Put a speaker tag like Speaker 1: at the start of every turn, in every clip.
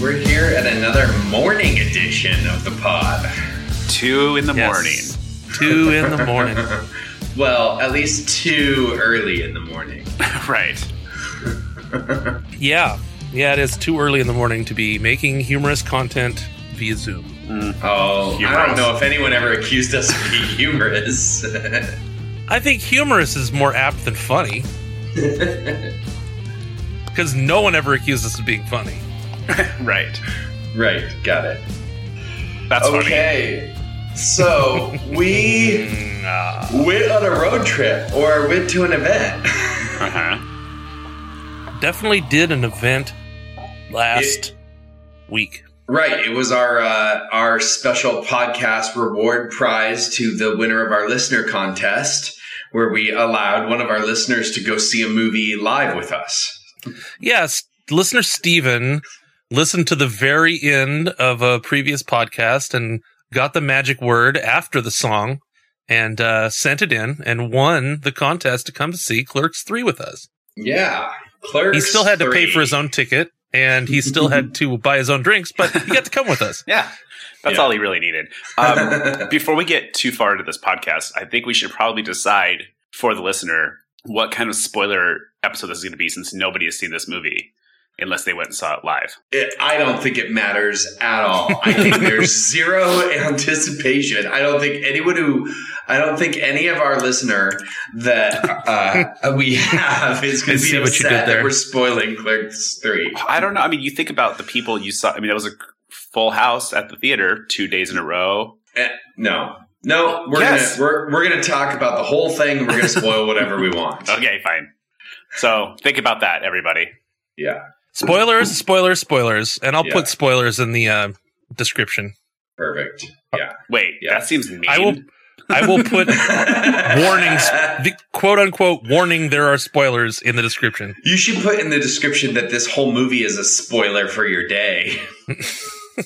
Speaker 1: We're here at another morning edition of the pod.
Speaker 2: Two in the
Speaker 3: Yes. Two in the morning.
Speaker 1: Well, at least too early in the morning.
Speaker 2: morning. right.
Speaker 3: Yeah. Yeah, it is too early in the morning to be making humorous content via Zoom.
Speaker 1: Oh, I don't
Speaker 2: Humorous.
Speaker 1: know if anyone ever accused us of being humorous.
Speaker 3: I think humorous is more apt than funny. Because no one ever accused us of being funny.
Speaker 2: Right.
Speaker 1: right, got it.
Speaker 2: That's funny.
Speaker 1: okay. So we
Speaker 3: Mm, Nah.
Speaker 1: went on a road trip or went to an event.
Speaker 2: Uh-huh.
Speaker 3: Definitely did an event last week.
Speaker 1: Right. It was our uh, our special podcast reward prize to the winner of our listener contest, where we allowed one of our listeners to go see a movie live with us.
Speaker 3: Yes, listener Steven listened to the very end of a previous podcast and got the magic word after the song and uh, sent it in and won the contest to come to see Clerks 3 with us.
Speaker 1: Yeah, Clerks.
Speaker 3: He still had to pay
Speaker 1: 3.
Speaker 3: for his own ticket and he still had to buy his own drinks, but he got to come with us.
Speaker 2: Yeah. That's
Speaker 1: Yeah.
Speaker 2: all he really needed. Um, before we get too far into this podcast, I think we should probably decide for the listener what kind of spoiler episode this is going to be since nobody has seen this movie unless they went and saw it live.
Speaker 1: It- I don't think it matters at all. I think there's zero anticipation. I don't think anyone who, I don't think any of our listener that uh, we have is going
Speaker 3: I
Speaker 1: to be
Speaker 3: see what you
Speaker 1: upset
Speaker 3: did there.
Speaker 1: that we're spoiling Clerks Three.
Speaker 2: I don't know. I mean, you think about the people you saw. I mean, it was a full house at the theater two days in a row.
Speaker 1: Eh, no, no, we're
Speaker 2: Yes.
Speaker 1: gonna we're we're gonna talk about the whole thing. We're gonna spoil whatever we want.
Speaker 2: Okay, fine. So think about that, everybody.
Speaker 1: Yeah,
Speaker 3: Spoilers, spoilers, spoilers. And I'll
Speaker 1: Yeah.
Speaker 3: put spoilers in the uh, description.
Speaker 1: perfect.
Speaker 2: Wait,
Speaker 1: Yeah.
Speaker 2: that seems mean.
Speaker 3: I will I will put warnings, the quote unquote warning there are spoilers in the description.
Speaker 1: You should put in the description that this whole movie is a spoiler for your day.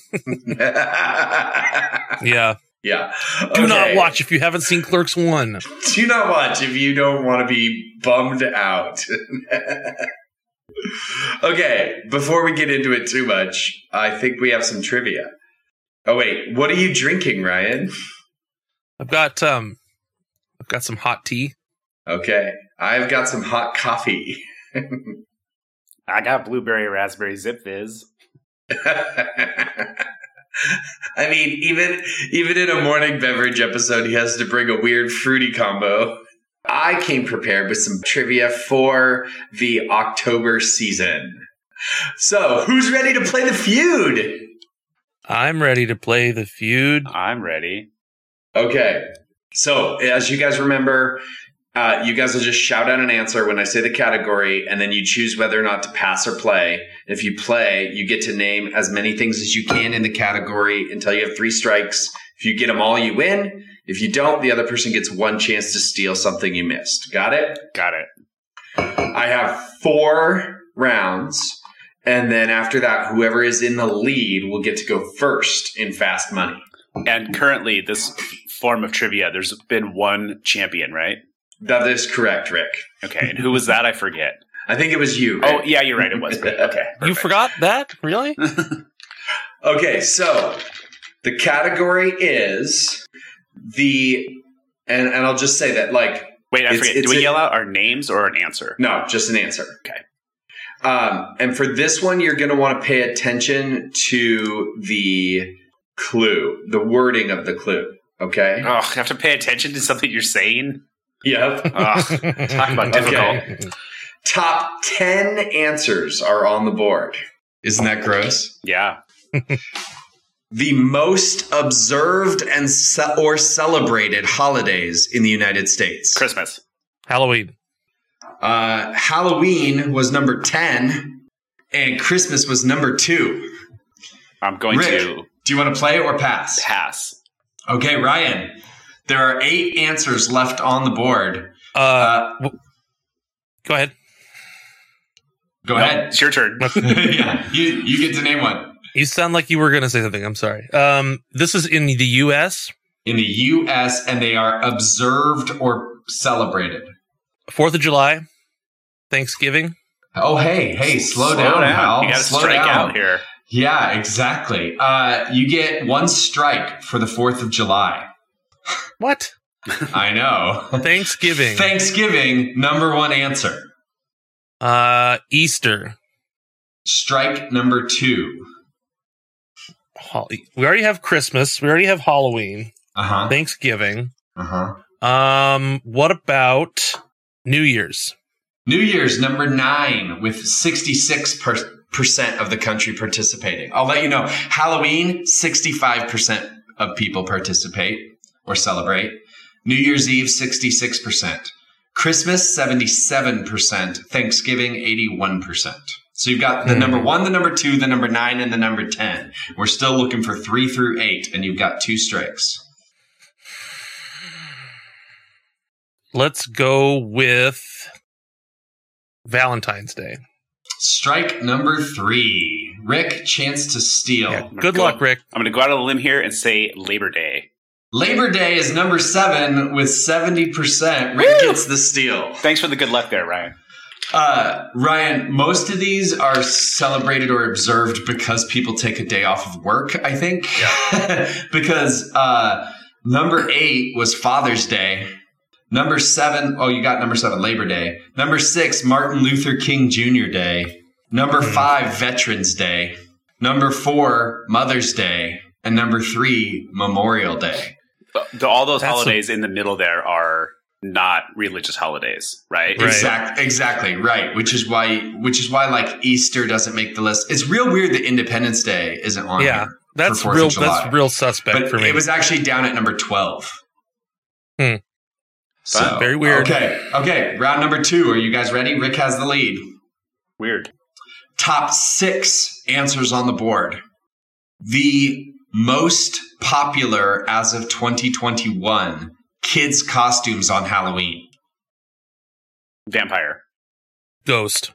Speaker 1: yeah.
Speaker 3: Yeah. Do not
Speaker 1: Okay.
Speaker 3: watch if you haven't seen Clerks 1.
Speaker 1: Do not watch if you don't want to be bummed out. okay, before we get into it too much, I think we have some trivia. Oh wait, what are you drinking, Ryan?
Speaker 3: I've got um I've got some hot tea.
Speaker 1: Okay. I've got some hot coffee.
Speaker 2: I got blueberry raspberry zip fizz.
Speaker 1: I mean, even even in a morning beverage episode, he has to bring a weird fruity combo. I came prepared with some trivia for the October season. So, who's ready to play the feud?
Speaker 3: I'm ready to play the feud.
Speaker 2: I'm ready.
Speaker 1: Okay. So, as you guys remember, uh, you guys will just shout out an answer when I say the category, and then you choose whether or not to pass or play. If you play, you get to name as many things as you can in the category until you have three strikes. If you get them all, you win. If you don't, the other person gets one chance to steal something you missed. Got it?
Speaker 2: Got it.
Speaker 1: I have four rounds. And then after that, whoever is in the lead will get to go first in fast money.
Speaker 2: And currently, this form of trivia, there's been one champion, right?
Speaker 1: That is correct, Rick.
Speaker 2: Okay, and who was that? I forget.
Speaker 1: I think it was you. Rick.
Speaker 2: Oh, yeah, you're right. It was. me. Okay,
Speaker 3: You forgot that? Really?
Speaker 1: Okay, so the category is the and and I'll just say that like
Speaker 2: wait, I
Speaker 1: It's-
Speaker 2: forget.
Speaker 1: it's
Speaker 2: Do we
Speaker 1: a-
Speaker 2: yell out our names or an answer?
Speaker 1: no, just an answer.
Speaker 2: Okay.
Speaker 1: Um, and for this one, you're going to want to pay attention to the clue, the wording of the clue. Okay.
Speaker 2: Oh, I have to pay attention to something you're saying.
Speaker 1: Yep.
Speaker 2: Ugh, talk about difficult.
Speaker 1: Top ten answers are on the board. Isn't that gross?
Speaker 2: Yeah.
Speaker 1: The most observed and ce- or celebrated holidays in the United States.
Speaker 2: Christmas.
Speaker 3: Halloween.
Speaker 1: Uh, Halloween was number 10 and Christmas was number two.
Speaker 2: I'm going
Speaker 1: Rick.
Speaker 2: to
Speaker 1: Do you want to play or pass?
Speaker 2: pass.
Speaker 1: Okay, Ryan, there are eight answers left on the board.
Speaker 3: Uh,
Speaker 1: Uh,
Speaker 3: go ahead.
Speaker 1: go
Speaker 2: No,
Speaker 1: ahead.
Speaker 2: It's your turn.
Speaker 1: yeah, you, you get to name one.
Speaker 3: You sound like you were going to say something. I'm sorry. Um this is in the US.
Speaker 1: In the U.S., and they are observed or celebrated.
Speaker 3: 4th of July. Thanksgiving.
Speaker 1: Oh, hey, hey, slow, down, pal.
Speaker 2: You got to
Speaker 1: slow
Speaker 2: strike
Speaker 1: down.
Speaker 2: out here.
Speaker 1: Yeah, exactly. Uh, you get one strike for the 4th of July.
Speaker 3: What?
Speaker 1: I know.
Speaker 3: Thanksgiving.
Speaker 1: Thanksgiving, number one answer.
Speaker 3: uh, Easter.
Speaker 1: Strike number two.
Speaker 3: Hol- We already have Christmas. We already have Halloween.
Speaker 1: Uh
Speaker 3: Uh-huh,
Speaker 1: huh.
Speaker 3: Thanksgiving.
Speaker 1: Uh huh.
Speaker 3: Um, what about New Year's?
Speaker 1: New Year's number nine with 66 per-
Speaker 4: Percent of the country participating.
Speaker 1: I'll let you know. Halloween, 65% of people participate or celebrate. New Year's Eve, 66%. Christmas, 77%. Thanksgiving, 81%. So you've got the
Speaker 3: Hmm.
Speaker 1: number one, the number two, the number nine, and the number 10. We're still looking for three through eight, and you've got two strikes.
Speaker 3: Let's go with Valentine's Day.
Speaker 1: Strike number three. Rick, chance to steal.
Speaker 2: Yeah.
Speaker 3: Good luck, Rick.
Speaker 2: I'm going to go out on a limb here and say Labor Day.
Speaker 1: Labor Day is number seven with 70%. Rick
Speaker 4: Rick
Speaker 1: gets
Speaker 4: gets the steal.
Speaker 2: Thanks for the good luck there, Ryan.
Speaker 1: Uh, Ryan, most of these are celebrated or observed because people take a day off of work, I think. because uh, number eight was Father's Day. Number seven, oh, you got number seven, Labor Day. Number six, Martin Luther King Jr. Day. Number
Speaker 3: Mhm.
Speaker 1: five, Veterans Day. Number four, Mother's Day. And number three, Memorial Day.
Speaker 2: But the- all those
Speaker 3: That's a-
Speaker 2: holidays in the middle there are not religious holidays, right?
Speaker 3: Right.
Speaker 1: Exact, exactly right. Which is why, which is why, like Easter doesn't make the list. It's real weird that Independence Day isn't on.
Speaker 3: Yeah,
Speaker 1: here,
Speaker 3: that's
Speaker 1: Fourth of
Speaker 3: real.
Speaker 1: July.
Speaker 3: That's real suspect
Speaker 1: but
Speaker 3: for me.
Speaker 1: it was actually down at number twelve.
Speaker 3: Hmm.
Speaker 1: So
Speaker 3: Very weird.
Speaker 1: Okay, okay. Round number two. Are you guys ready? Rick has the lead.
Speaker 2: Weird.
Speaker 1: Top six answers on the board. The most popular as of 2021 kids costumes on Halloween.
Speaker 2: Vampire.
Speaker 3: Ghost.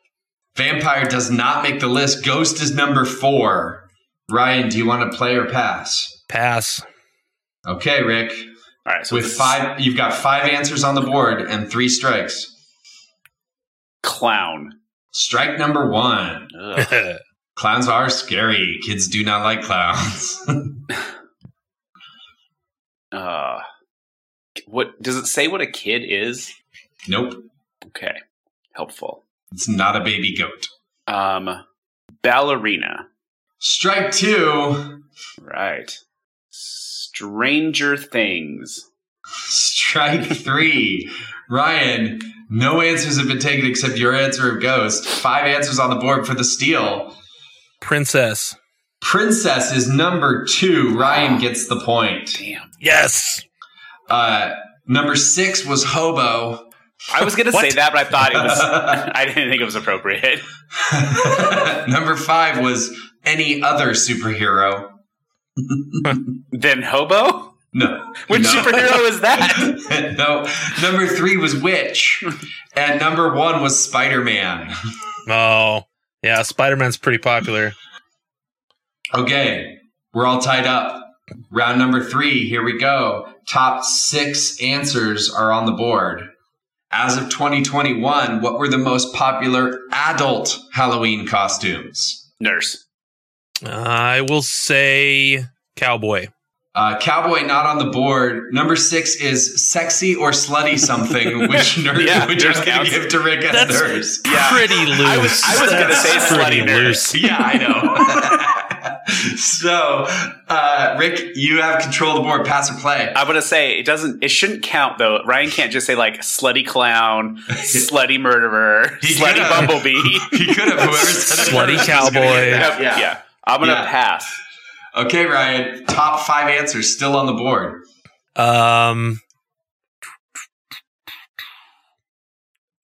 Speaker 1: Vampire does not make the list. Ghost is number four. Ryan, do you want to play or pass?
Speaker 3: Pass.
Speaker 1: Okay, Rick.
Speaker 2: All right. So
Speaker 1: With
Speaker 2: this is
Speaker 1: five, you've got five answers on the board and three strikes.
Speaker 2: clown.
Speaker 1: Strike number one.
Speaker 2: Ugh.
Speaker 1: Clowns are scary. Kids do not like clowns.
Speaker 2: uh, what does it say? What a kid is?
Speaker 1: nope.
Speaker 2: Okay, helpful.
Speaker 1: It's not a baby goat.
Speaker 2: Um, ballerina.
Speaker 1: Strike two.
Speaker 2: Right. Stranger Things.
Speaker 1: Strike three. Ryan, no answers have been taken except your answer of ghost. Five answers on the board for the steal.
Speaker 3: Princess.
Speaker 1: Princess is number two. Ryan gets the point.
Speaker 2: Damn.
Speaker 3: Yes.
Speaker 1: Uh, number six was hobo.
Speaker 2: I was gonna say
Speaker 3: What?
Speaker 2: that, but I thought it was. I didn't think it was appropriate.
Speaker 1: number five was any other superhero.
Speaker 2: Then hobo.
Speaker 1: No.
Speaker 2: Which
Speaker 1: no.
Speaker 2: superhero is that?
Speaker 1: no. Number three was witch, and number one was Spider Man.
Speaker 3: Oh, yeah. Spider Man's pretty popular.
Speaker 1: Okay, we're all tied up. Round number three, here we go. Top six answers are on the board. As of 2021, what were the most popular adult Halloween costumes?
Speaker 2: Nurse.
Speaker 3: I will say cowboy.
Speaker 1: Uh, cowboy not on the board. Number six is sexy or slutty something, which nurse
Speaker 2: Yeah,
Speaker 1: which
Speaker 2: nurse
Speaker 1: I'm going
Speaker 2: counts.
Speaker 1: to give to Rick as
Speaker 3: That's-
Speaker 1: nurse.
Speaker 2: Yeah.
Speaker 3: Pretty loose.
Speaker 2: I was. I was gonna
Speaker 3: That's
Speaker 2: say
Speaker 3: pretty
Speaker 2: slutty nurse.
Speaker 3: loose.
Speaker 1: yeah, I know. so, uh, Rick, you have control of the board. Pass or play?
Speaker 2: I'm gonna say it doesn't. It shouldn't count though. Ryan can't just say like slutty clown, slutty murderer,
Speaker 1: He
Speaker 2: slutty
Speaker 1: could've.
Speaker 2: bumblebee.
Speaker 1: He could have. Whoever said it
Speaker 3: Slutty
Speaker 1: first was gonna get
Speaker 3: cowboy.
Speaker 1: that.
Speaker 2: yeah. I'm gonna
Speaker 1: Yeah.
Speaker 2: pass.
Speaker 1: Okay, Ryan. Top five answers still on the board.
Speaker 3: Um,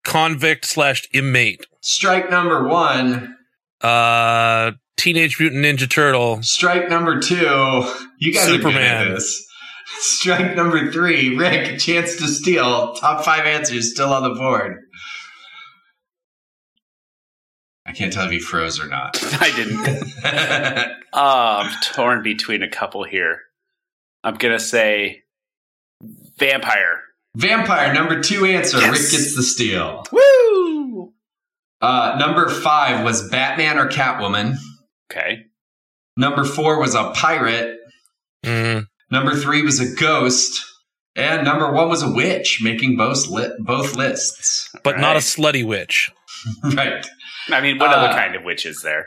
Speaker 3: convict slash inmate.
Speaker 1: Strike number one.
Speaker 3: Uh, Teenage Mutant Ninja Turtle.
Speaker 1: Strike number two. You guys are good
Speaker 3: Superman.
Speaker 1: at this. Strike number three. Rick, chance to steal. Top five answers still on the board. I can't tell if you froze or not.
Speaker 2: I didn't. Uh, I'm torn between a couple here. I'm gonna say vampire.
Speaker 1: Vampire number two answer.
Speaker 2: Yes.
Speaker 1: Rick gets the steal.
Speaker 2: Woo.
Speaker 1: Uh, number five was Batman or Catwoman.
Speaker 2: Okay.
Speaker 1: Number four was a pirate.
Speaker 3: Mm.
Speaker 1: Number three was a ghost. And number one was a witch, making both, li- both lists.
Speaker 3: But not a
Speaker 2: Right.
Speaker 3: slutty witch.
Speaker 1: right.
Speaker 2: I mean, what
Speaker 1: Uh,
Speaker 2: other kind of witch is there?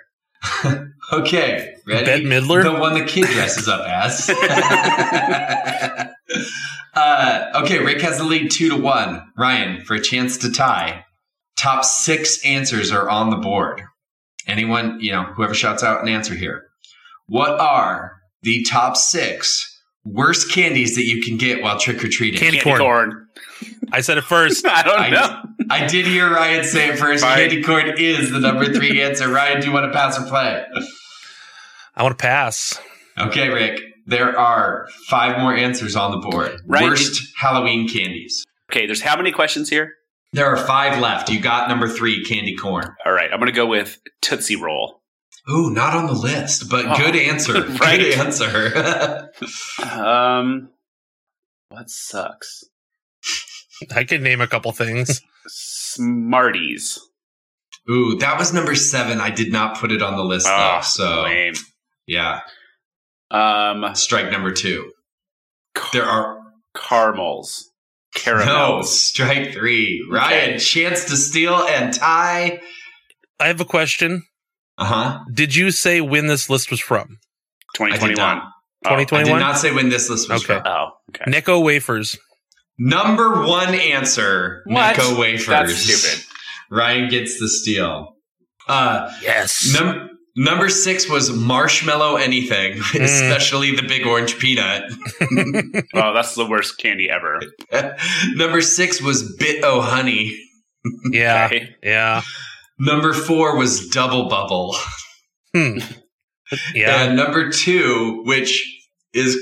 Speaker 1: Okay. Ready?
Speaker 3: Bette Midler?
Speaker 1: The one the kid dresses up as. uh, okay, Rick has the lead two to one. Ryan, for a chance to tie, top six answers are on the board. Anyone, you know, whoever shouts out an answer here. What are the top six worst candies that you can get while trick or treating?
Speaker 3: Candy corn. I said it first.
Speaker 2: I don't
Speaker 1: I-
Speaker 2: know.
Speaker 1: I did hear Ryan say it first.
Speaker 2: Fine.
Speaker 1: Candy corn is the number three answer. Ryan, do you want to pass or play?
Speaker 3: I want to pass.
Speaker 1: Okay, Rick. There are five more answers on the board.
Speaker 2: Right.
Speaker 1: Worst Halloween candies.
Speaker 2: Okay, there's how many questions here?
Speaker 1: There are five left. You got number three, candy corn.
Speaker 2: All right, I'm gonna go with Tootsie Roll.
Speaker 1: Ooh, not on the list, but
Speaker 2: Oh.
Speaker 1: good answer.
Speaker 2: Right.
Speaker 1: Good answer.
Speaker 2: Um, what sucks?
Speaker 3: I could name a couple things.
Speaker 2: Smarties.
Speaker 1: Ooh, that was number seven. I did not put it on the list
Speaker 2: Ah,
Speaker 1: though. So
Speaker 2: Lame.
Speaker 1: yeah,
Speaker 2: Um,
Speaker 1: strike number two.
Speaker 2: Car-
Speaker 1: There are
Speaker 2: caramels.
Speaker 1: no
Speaker 2: Caramels.
Speaker 1: strike three. Ryan, chance to steal and tie.
Speaker 3: I have a question.
Speaker 1: Uh huh.
Speaker 3: Did you say when this list was from?
Speaker 1: I did
Speaker 2: 2021.
Speaker 1: not.
Speaker 2: Oh,
Speaker 1: I did
Speaker 3: 2021?
Speaker 1: not say when this list was
Speaker 3: Okay.
Speaker 1: from.
Speaker 2: Oh, okay.
Speaker 3: Necco wafers.
Speaker 1: Number one answer,
Speaker 2: What?
Speaker 1: Necco wafers.
Speaker 2: That's stupid.
Speaker 1: Ryan gets the steal. Uh,
Speaker 3: Yes.
Speaker 1: num- number six was marshmallow anything,
Speaker 2: Hmm.
Speaker 1: especially the big orange peanut.
Speaker 2: Oh, that's the worst candy ever.
Speaker 1: number six was bit o honey.
Speaker 3: Yeah.
Speaker 2: Okay.
Speaker 3: Yeah.
Speaker 1: Number four was double bubble.
Speaker 3: Hmm. Yeah.
Speaker 1: And number two, which is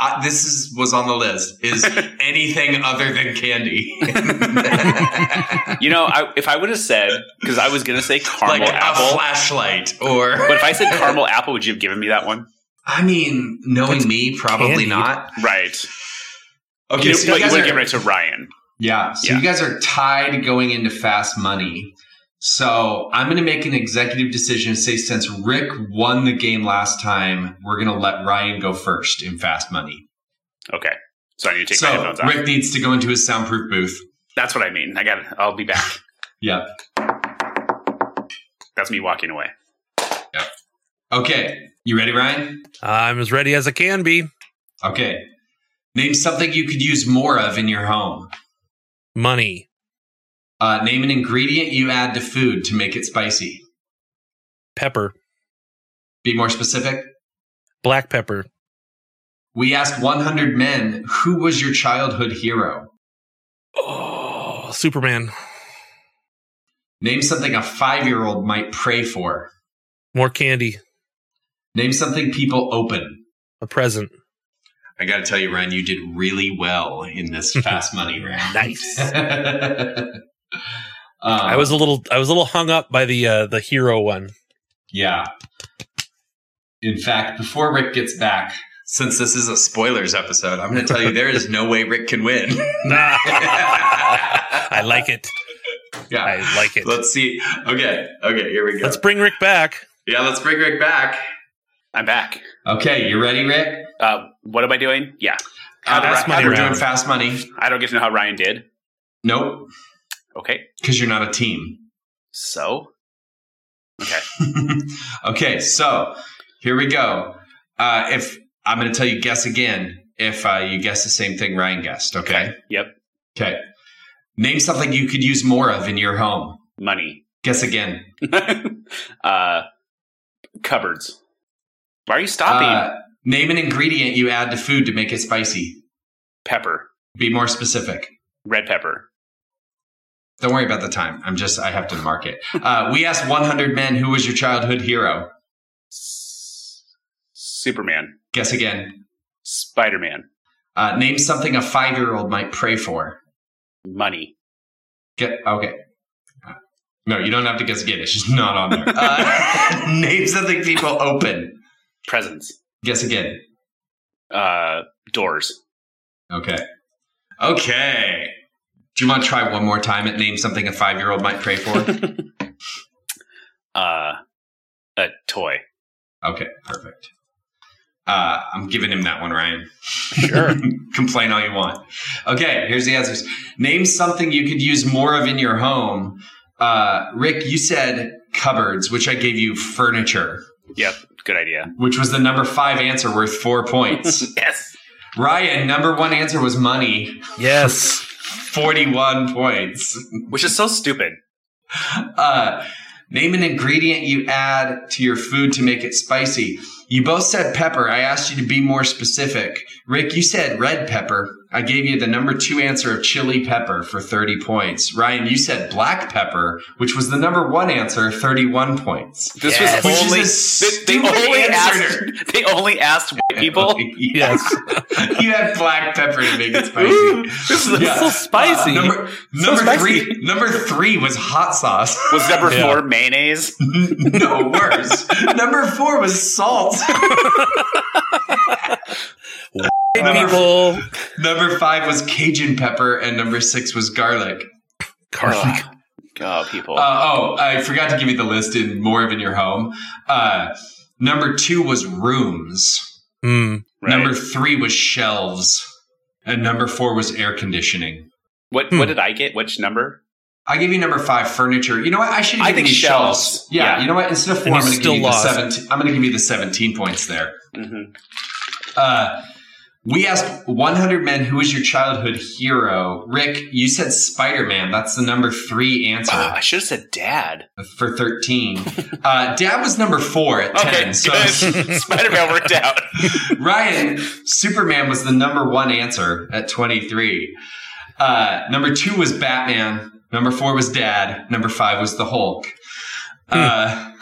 Speaker 1: uh, this is was on the list, is anything other than candy, like
Speaker 2: You know, I, if I would have said, because I was going to say caramel
Speaker 1: a
Speaker 2: apple,
Speaker 1: flashlight or.
Speaker 2: but if I said caramel apple, would you have given me that one?
Speaker 1: I mean, knowing
Speaker 3: That's
Speaker 1: me, probably
Speaker 3: candied.
Speaker 1: not.
Speaker 2: Right.
Speaker 1: Okay,
Speaker 2: You-
Speaker 1: so you
Speaker 2: but you
Speaker 1: guys
Speaker 2: would have
Speaker 1: are-
Speaker 2: given it to Ryan.
Speaker 1: Yeah. So
Speaker 2: Yeah.
Speaker 1: you guys are tied going into fast money. So I'm going to make an executive decision and say since Rick won the game last time, we're going to let Ryan go first in fast money.
Speaker 2: Okay. So I need to take my
Speaker 1: so
Speaker 2: headphones off.
Speaker 1: Rick needs to go into his soundproof booth.
Speaker 2: That's what I mean. I got it. I'll be back.
Speaker 1: Yep.
Speaker 2: That's me walking away.
Speaker 1: Okay. You ready, Ryan?
Speaker 3: I'm as ready as I can be.
Speaker 1: Okay. Name something you could use more of in your home.
Speaker 3: Money.
Speaker 1: Uh, name an ingredient you add to food to make it spicy.
Speaker 3: Pepper.
Speaker 1: Be more specific.
Speaker 3: Black pepper.
Speaker 1: We asked 100 men, who was your childhood hero?
Speaker 3: Oh, Superman.
Speaker 1: Name something a five year old might pray for.
Speaker 3: More candy.
Speaker 1: Name something people open.
Speaker 3: A present.
Speaker 1: I got to tell you, Ryan, you did really well in this fast money round.
Speaker 3: Nice.
Speaker 1: Um,
Speaker 3: I was a little I was a little hung up by the uh the hero one.
Speaker 1: yeah. In fact, before Rick gets back, since this is a spoilers episode, I'm going to tell you there is no way Rick can win.
Speaker 3: I like it. I
Speaker 1: yeah.
Speaker 3: like it.
Speaker 1: Let's see. Okay. Okay. Here we go.
Speaker 3: Let's bring Rick back.
Speaker 1: yeah. Let's bring Rick back.
Speaker 2: I'm back.
Speaker 1: Okay. You ready, Rick?
Speaker 2: Uh, what am I doing? Yeah. How
Speaker 1: Uh,
Speaker 2: did
Speaker 1: that's
Speaker 2: Ri-
Speaker 3: money
Speaker 1: we're doing
Speaker 3: round.
Speaker 1: fast money.
Speaker 2: I don't get to know how Ryan did.
Speaker 1: Nope.
Speaker 2: Okay.
Speaker 1: Because you're not a team.
Speaker 2: So
Speaker 1: okay, so here we go. Uh, if I'm going to tell you guess again, if uh, you guess the same thing Ryan guessed, okay?
Speaker 2: Yep.
Speaker 1: Okay. Name something you could use more of in your home.
Speaker 2: money.
Speaker 1: Guess again.
Speaker 2: uh, cupboards. Why are you stopping?
Speaker 1: Uh, name an ingredient you add to food to make it spicy.
Speaker 2: pepper.
Speaker 1: Be more specific.
Speaker 2: Red pepper.
Speaker 1: Don't worry about the time. I'm just, I have to mark it. Uh, we asked 100 men who was your childhood hero.
Speaker 2: S- Superman.
Speaker 1: Guess again.
Speaker 2: Spider Man.
Speaker 1: Uh, name something a five year old might pray for.
Speaker 2: Money.
Speaker 1: Get okay. No, you don't have to guess again. It's just not on there. Uh, name something people open.
Speaker 2: Presents.
Speaker 1: Guess again.
Speaker 2: Uh, doors.
Speaker 1: Okay. Okay. Do you want to try one more time at name something a five year old might pray for?
Speaker 2: uh, a toy.
Speaker 1: Okay, perfect. Uh, I'm giving him that one, Ryan.
Speaker 3: Sure.
Speaker 1: Complain all you want. Okay, here's the answers. Name something you could use more of in your home. Uh, Rick, you said cupboards, which I gave you furniture,
Speaker 2: Yep. Good idea.
Speaker 1: which was the number five answer worth four points.
Speaker 2: Yes.
Speaker 1: Ryan, number one answer was money,
Speaker 3: yes.
Speaker 1: 41 points.
Speaker 2: Which is so stupid.
Speaker 1: Uh, name an ingredient you add to your food to make it spicy. You both said pepper. I asked you to be more specific. Rick, you said red pepper. I gave you the number two answer of chili pepper for 30 points. Ryan, you said black pepper, which was the number one answer, 31 points.
Speaker 2: This
Speaker 3: Yes.
Speaker 2: was
Speaker 1: Which
Speaker 2: only
Speaker 1: is a
Speaker 2: they, they
Speaker 1: stupid
Speaker 2: only
Speaker 1: answer.
Speaker 2: asked they only asked white people.
Speaker 3: Yes.
Speaker 1: you had black pepper to make it
Speaker 2: Ooh,
Speaker 1: spicy.
Speaker 2: this is
Speaker 1: Yeah.
Speaker 3: So spicy.
Speaker 1: Uh, number number
Speaker 2: spicy.
Speaker 1: three. Number three was hot sauce.
Speaker 2: was number
Speaker 3: Yeah.
Speaker 2: four mayonnaise.
Speaker 1: no worse. number four was salt. number,
Speaker 3: People.
Speaker 1: number five was Cajun pepper, and number six was garlic.
Speaker 3: Garlic.
Speaker 2: Oh, people.
Speaker 1: Uh, oh, I forgot to give you the list in more of in your home. Uh, number two was rooms.
Speaker 3: Mm.
Speaker 2: right.
Speaker 1: Number three was shelves, and number four was air conditioning.
Speaker 2: what
Speaker 3: Hmm.
Speaker 2: what did I get? Which number?
Speaker 1: I gave you number five furniture. You know what? I should have
Speaker 2: I
Speaker 1: given
Speaker 2: think
Speaker 1: you
Speaker 2: shelves.
Speaker 1: shelves. Yeah,
Speaker 2: Yeah.
Speaker 1: You know what? Instead of four,
Speaker 3: And
Speaker 1: I'm going to
Speaker 3: you
Speaker 1: give
Speaker 3: still
Speaker 1: you
Speaker 3: lost.
Speaker 1: the seventeen. I'm going to give you the seventeen points there.
Speaker 2: Mhm.
Speaker 1: Uh, we asked 100 men who was your childhood hero. Rick, you said Spider Man. That's the number three answer
Speaker 2: Oh, I should have said dad.
Speaker 1: for 13. Uh, Dad was number four at 10.
Speaker 2: Okay,
Speaker 1: so
Speaker 2: good. Spider Man worked out.
Speaker 1: Ryan, Superman was the number one answer at 23. Uh, number two was Batman. Number four was Dad. Number five was the Hulk.
Speaker 2: Hmm.
Speaker 1: Uh,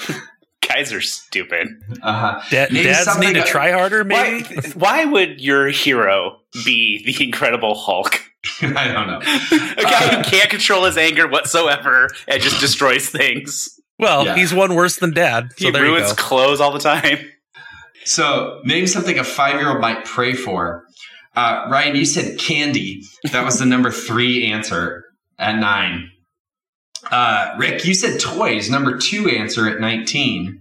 Speaker 2: Guys are stupid.
Speaker 1: uh-huh.
Speaker 3: Da-
Speaker 1: Maybe
Speaker 3: dads
Speaker 1: something
Speaker 3: need to
Speaker 1: that-
Speaker 3: try harder, maybe?
Speaker 2: Why, why would your hero be the Incredible Hulk?
Speaker 1: I don't know.
Speaker 2: A guy who can't control his anger whatsoever and just destroys things.
Speaker 3: Well,
Speaker 1: Yeah.
Speaker 3: he's one worse than dad. So
Speaker 2: He
Speaker 3: there
Speaker 2: ruins
Speaker 3: you go.
Speaker 2: clothes all the time.
Speaker 1: So, name something a five year old might pray for. Uh, Ryan, you said candy. That was the number three answer at nine. Uh, Rick, you said toys. Number two answer at 19.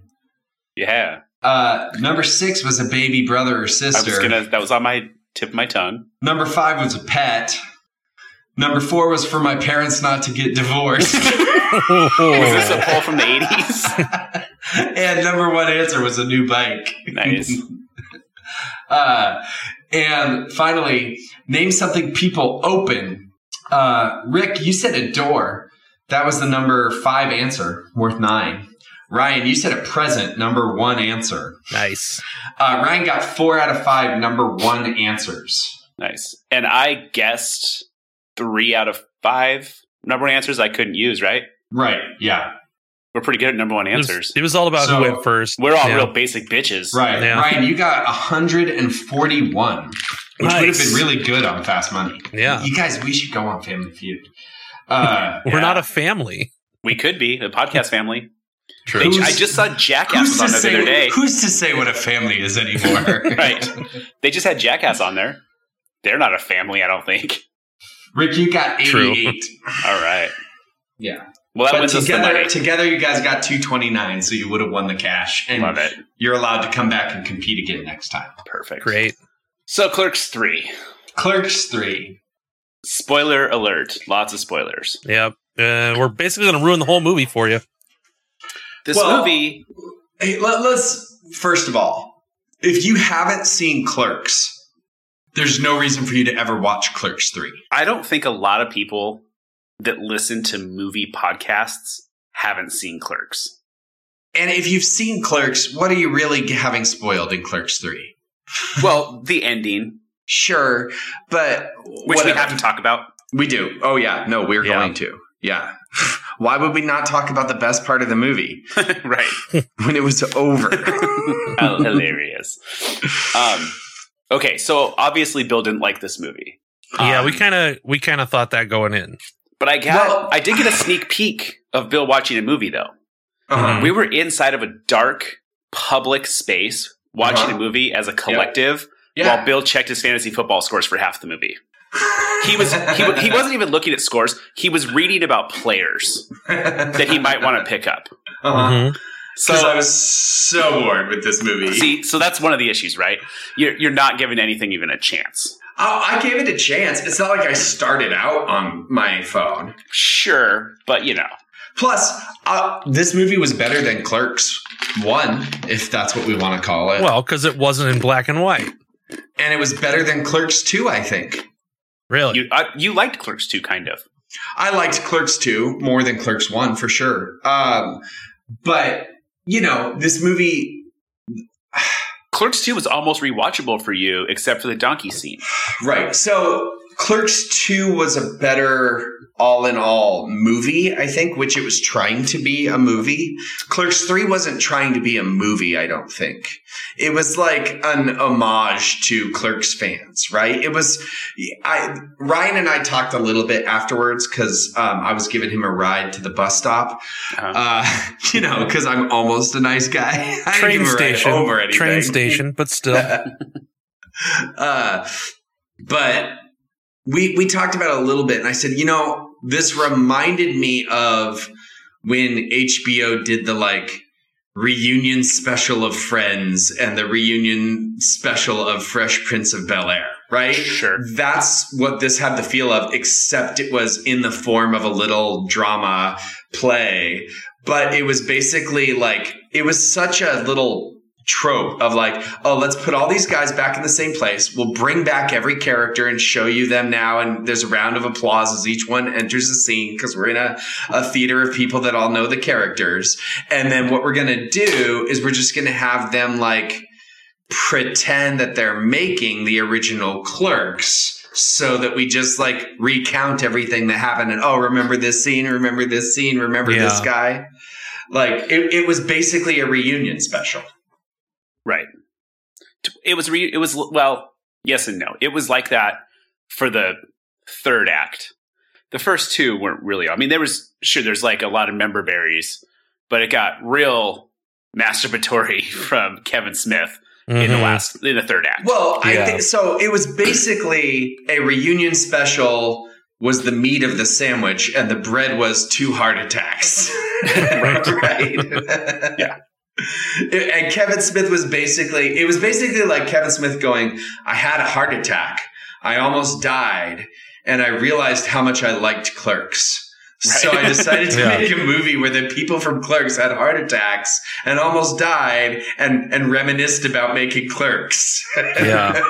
Speaker 2: Yeah,
Speaker 1: Uh, number six was a baby brother or
Speaker 2: I was
Speaker 1: sister.
Speaker 2: gonna. That was on my tip of my tongue.
Speaker 1: Number five was a pet. Number four was for my parents not to get divorced.
Speaker 2: Was this a poll from the eighties?
Speaker 1: and number one answer was a new bike.
Speaker 2: nice.
Speaker 1: Uh, and finally, name something people open. Uh, Rick, you said a door. That was the number five answer, worth nine. Ryan, you said a present, number one answer.
Speaker 3: nice.
Speaker 1: Uh, Ryan got four out of five number one answers.
Speaker 2: Nice. And I guessed three out of five number one answers I couldn't use, right?
Speaker 1: Right, yeah,
Speaker 2: We're pretty good at number one
Speaker 3: It was-
Speaker 2: answers.
Speaker 3: It was, all about
Speaker 1: So-
Speaker 3: who went first.
Speaker 2: We're all
Speaker 3: Yeah.
Speaker 2: real basic bitches.
Speaker 1: right.
Speaker 3: Yeah.
Speaker 1: Ryan, you got 141, which would have
Speaker 3: Nice.
Speaker 1: been really good on Fast Money.
Speaker 3: Yeah.
Speaker 1: You guys, we should go on Family Feud. Uh,
Speaker 3: We're
Speaker 2: Yeah.
Speaker 3: not a family.
Speaker 2: We could be a podcast family.
Speaker 3: True.
Speaker 2: They-
Speaker 1: Who's-
Speaker 2: I just saw Jackass
Speaker 1: who's,
Speaker 2: was on
Speaker 1: to
Speaker 2: there the
Speaker 1: say,
Speaker 2: other day.
Speaker 1: who's to say what a family is anymore?
Speaker 2: Right. They just had Jackass on there. They're not a family, I don't think.
Speaker 1: Rick, you got
Speaker 3: True.
Speaker 1: 88.
Speaker 2: All right.
Speaker 1: Yeah.
Speaker 2: Well, that
Speaker 1: But
Speaker 2: wins us the
Speaker 1: together,
Speaker 2: money.
Speaker 1: together, you guys got 229, so you would have won the cash. And
Speaker 2: Love it.
Speaker 1: you're allowed to come back and compete again next time.
Speaker 2: Perfect.
Speaker 3: Great.
Speaker 2: So, Clerks 3.
Speaker 1: Clerks 3.
Speaker 2: Spoiler alert. Lots of spoilers.
Speaker 3: Yep. Uh, we're basically going to ruin the whole movie for you.
Speaker 2: This
Speaker 1: Well-
Speaker 2: movie.
Speaker 1: Hey, let, let's, first of all, if you haven't seen Clerks, there's no reason for you to ever watch Clerks 3.
Speaker 2: I don't think a lot of people that listen to movie podcasts haven't seen Clerks.
Speaker 1: And if you've seen Clerks, what are you really g- having spoiled in Clerks 3?
Speaker 2: Well, the ending,
Speaker 1: Sure, but
Speaker 2: which
Speaker 1: what
Speaker 2: we have to talk about.
Speaker 1: We do. Oh yeah. No, we're
Speaker 3: Yeah.
Speaker 1: going to. Yeah. Why would we not talk about the best part of the movie
Speaker 2: right.
Speaker 1: when it was over?
Speaker 2: How hilarious. Um, okay, so obviously Bill didn't like this movie.
Speaker 3: yeah,
Speaker 2: Um,
Speaker 3: we kind of we kind of thought that going in.
Speaker 2: But I got
Speaker 1: Well-
Speaker 2: I did get a sneak peek of Bill watching a movie though.
Speaker 1: Uh-huh.
Speaker 2: We were inside of a dark public space watching
Speaker 1: Uh-huh.
Speaker 2: a movie as a collective while Bill checked his fantasy football scores for half the movie. He was he, wa- he wasn't even looking at scores. He was reading about players that he might want to pick up.
Speaker 1: Uh-huh.
Speaker 3: Mhm.
Speaker 1: So I was so bored with this movie.
Speaker 2: See, so that's one of the issues, right? You're, you're not giving anything even a chance.
Speaker 1: Oh, I gave it a chance. It's not like I started out on my phone.
Speaker 2: Sure, but you know.
Speaker 1: Plus, uh,
Speaker 5: This movie was better than Clerks 1, if that's what we want to call it.
Speaker 3: Well, because it wasn't in black and white.
Speaker 5: and it was better than Clerks 2, I think.
Speaker 3: Really?
Speaker 2: You I, you liked Clerks too, kind of.
Speaker 5: I liked Clerks 2 more than Clerks 1 for sure. Um, but, you know, this movie,
Speaker 2: Clerks two was almost rewatchable for you, except for the donkey scene.
Speaker 1: right.
Speaker 5: so Clerks 2 was a better all in all movie, I think, which it was trying to be a movie.
Speaker 1: Clerks 3 wasn't trying to be a movie, I don't think. It was like an homage to Clerks fans, right? It was, I, Ryan and I talked a little bit afterwards because um, I was giving him a ride to the bus stop.
Speaker 2: Uh-huh.
Speaker 1: Uh, you know, because I'm almost a nice guy. I didn't
Speaker 3: train
Speaker 1: give him a ride
Speaker 3: station.
Speaker 1: over anything.
Speaker 3: train station, but still.
Speaker 1: Uh, but we we talked about it a little bit, and I said, you know, this reminded me of when HBO did the like reunion special of Friends and the reunion special of Fresh Prince of Bel Air, right?
Speaker 2: Sure.
Speaker 1: That's what this had the feel of, except it was in the form of a little drama play. But it was basically like, it was such a little trope of like, oh, let's put all these guys back in the same place. We'll bring back every character and show you them now. And there's a round of applause as each one enters the scene because we're in a, a theater of people that all know the characters. And then what we're going to do is we're just going to have them like, pretend that they're making the original clerks so that we just like recount everything that happened and oh remember this scene remember this scene remember this
Speaker 3: Yeah.
Speaker 1: guy like it, it was basically a reunion special
Speaker 2: Right. T- It was re- it was well, yes and no. It was like that for the third act. The first two weren't really. I mean, there was sure there's like a lot of member berries, but it got real masturbatory from Kevin Smith in the
Speaker 3: Mhm.
Speaker 2: last in the third act.
Speaker 1: well i
Speaker 3: Yeah.
Speaker 1: think so it was basically a reunion special was the meat of the sandwich and the bread was two heart attacks right
Speaker 2: Yeah.
Speaker 1: and kevin smith was basically it was basically like kevin smith going I had a heart attack. I almost died, and I realized how much I liked clerks. So
Speaker 2: Right.
Speaker 1: I decided to
Speaker 3: Yeah.
Speaker 1: make a movie where the people from Clerks had heart attacks and almost died and, and reminisced about making Clerks.
Speaker 3: Yeah.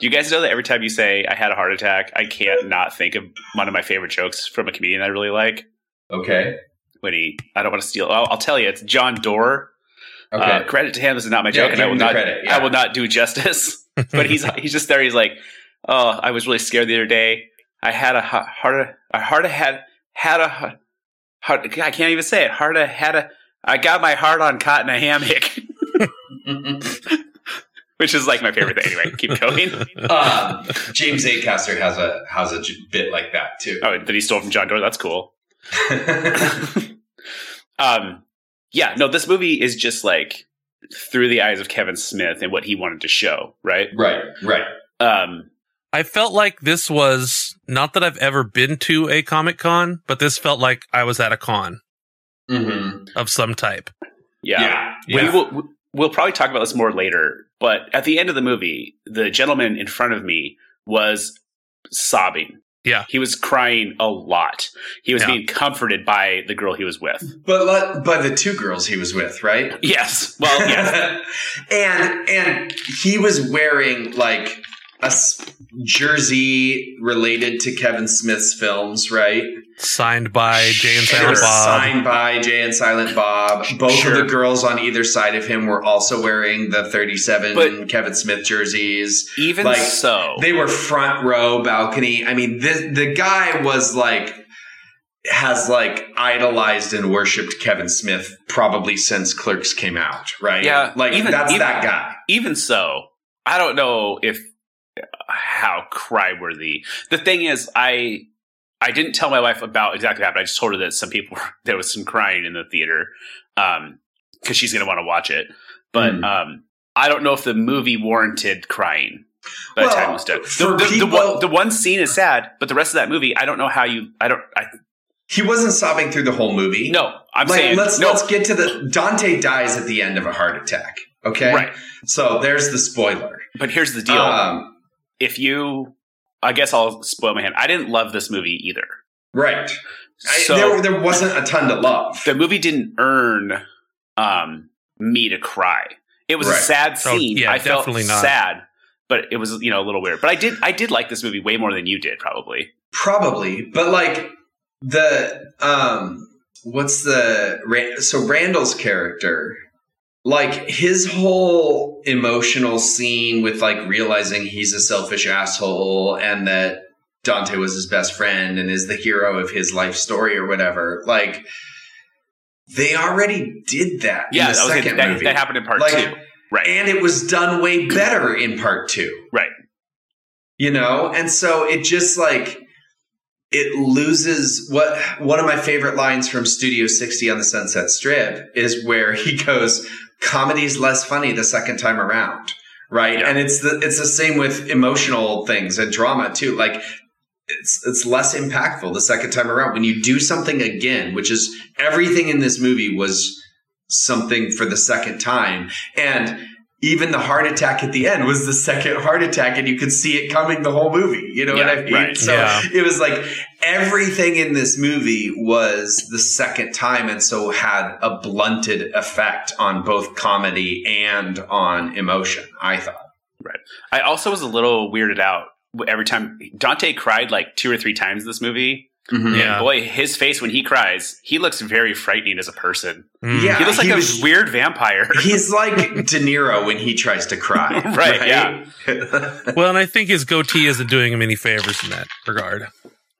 Speaker 2: Do you guys know that every time you say I had a heart attack, I can't not think of one of my favorite jokes from a comedian I really like?
Speaker 1: Okay.
Speaker 2: When he, I don't want to steal. I'll, I'll tell you, it's John Doerr.
Speaker 1: Okay.
Speaker 2: Uh, credit to him. This is not my
Speaker 1: Yeah,
Speaker 2: joke, and
Speaker 1: give
Speaker 2: I will
Speaker 1: him the
Speaker 2: not.
Speaker 1: credit, yeah.
Speaker 2: I will not do justice. but he's he's just there. He's like, oh, I was really scared the other day. I had a ha- heart. I heart had had a ha- heart. I can't even say it. Heart had a. I got my heart on caught in a hammock, which is like my favorite thing. Anyway, keep going.
Speaker 1: um, James Acaster has a has a j- bit like that too.
Speaker 2: Oh, that he stole from John Doerr. That's cool. um, yeah, no, this movie is just like through the eyes of Kevin Smith and what he wanted to show, right?
Speaker 1: right, right.
Speaker 2: Um,
Speaker 3: I felt like this was not that I've ever been to a Comic Con, but this felt like I was at a con
Speaker 1: Mm-hmm.
Speaker 3: of some type.
Speaker 2: yeah. We will, we'll probably talk about this more later, but at the end of the movie, the gentleman in front of me was sobbing.
Speaker 3: Yeah.
Speaker 2: He was crying a lot. He was
Speaker 3: Yeah.
Speaker 2: being comforted by the girl he was with.
Speaker 1: But let, by the two girls he was with, right?
Speaker 2: Yes. Well, yes.
Speaker 1: and and he was wearing like a s- jersey related to Kevin Smith's films, right?
Speaker 3: Signed by Jay and
Speaker 1: They were Signed
Speaker 3: Silent Bob.
Speaker 1: by Jay and Silent Bob. Both
Speaker 2: Sure.
Speaker 1: of the girls on either side of him were also wearing the 37
Speaker 2: But-
Speaker 1: Kevin Smith jerseys.
Speaker 2: even
Speaker 1: Like,
Speaker 2: so.
Speaker 1: They were front row balcony. I mean, the the guy was like has like idolized and worshipped Kevin Smith probably since Clerks came out, right?
Speaker 2: Yeah,
Speaker 1: like
Speaker 2: even-
Speaker 1: that's
Speaker 2: even-
Speaker 1: that guy.
Speaker 2: even so, I don't know if how cry worthy. The thing is, I I didn't tell my wife about exactly what happened. I just told her that some people were, there was some crying in the theater because she's going to want to watch it. But
Speaker 1: Mm.
Speaker 2: um, I don't know if the movie warranted crying by the time it was done.
Speaker 1: Well,
Speaker 2: The,
Speaker 1: for
Speaker 2: the- the
Speaker 1: people-
Speaker 2: one, the one scene is sad, but the rest of that movie, I don't know how you. I don't. I
Speaker 1: He wasn't sobbing through the whole movie.
Speaker 2: No, I'm
Speaker 1: like,
Speaker 2: saying
Speaker 1: let's
Speaker 2: no.
Speaker 1: let's get to the Dante dies at the end of a heart attack. Okay,
Speaker 2: Right.
Speaker 1: So there's the spoiler.
Speaker 2: But here's the deal.
Speaker 1: Um,
Speaker 2: if you, I guess I'll spoil my hand. I didn't love this movie either.
Speaker 1: right. I,
Speaker 2: So
Speaker 1: there, there wasn't a ton to love.
Speaker 2: the movie didn't earn um, me to cry. It was
Speaker 1: Right.
Speaker 2: a sad
Speaker 3: Oh,
Speaker 2: scene.
Speaker 3: yeah,
Speaker 2: I felt
Speaker 3: definitely not.
Speaker 2: sad, but it was you know a little weird. But I did I did like this movie way more than you did probably.
Speaker 1: Probably, but like the um, what's the Ran- so Randall's character, like his whole emotional scene with like realizing he's a selfish asshole and that Dante was his best friend and is the hero of his life story or whatever. Like they already did that
Speaker 2: Yeah,
Speaker 1: in the
Speaker 2: that, was it.
Speaker 1: second
Speaker 2: that,
Speaker 1: movie,
Speaker 2: that happened in part
Speaker 1: Like-
Speaker 2: two. Right.
Speaker 1: and it was done way better in part two
Speaker 2: Right.
Speaker 1: you know and so it just like it loses what one of my favorite lines from studio 60 on the sunset strip is where he goes comedy's less funny the second time around right
Speaker 2: Yeah.
Speaker 1: and it's the it's the same with emotional things and drama too like it's it's less impactful the second time around when you do something again which is everything in this movie was something for the second time and even the heart attack at the end was the second heart attack and you could see it coming the whole movie you know
Speaker 2: Yeah,
Speaker 1: what i mean
Speaker 2: right.
Speaker 1: so
Speaker 3: Yeah.
Speaker 1: it was like everything in this movie was the second time and so had a blunted effect on both comedy and on emotion i thought
Speaker 2: I also was a little weirded out every time Dante cried like two or three times in this movie.
Speaker 3: Yeah.
Speaker 2: Boy, his face when he cries, he looks very frightening as a person.
Speaker 3: Mm.
Speaker 1: Yeah.
Speaker 2: he looks like
Speaker 1: he
Speaker 2: a
Speaker 1: was-
Speaker 2: weird vampire.
Speaker 1: he's like de niro when he tries to cry
Speaker 2: Right, yeah.
Speaker 3: Well, and I think his goatee isn't doing him any favors in that regard.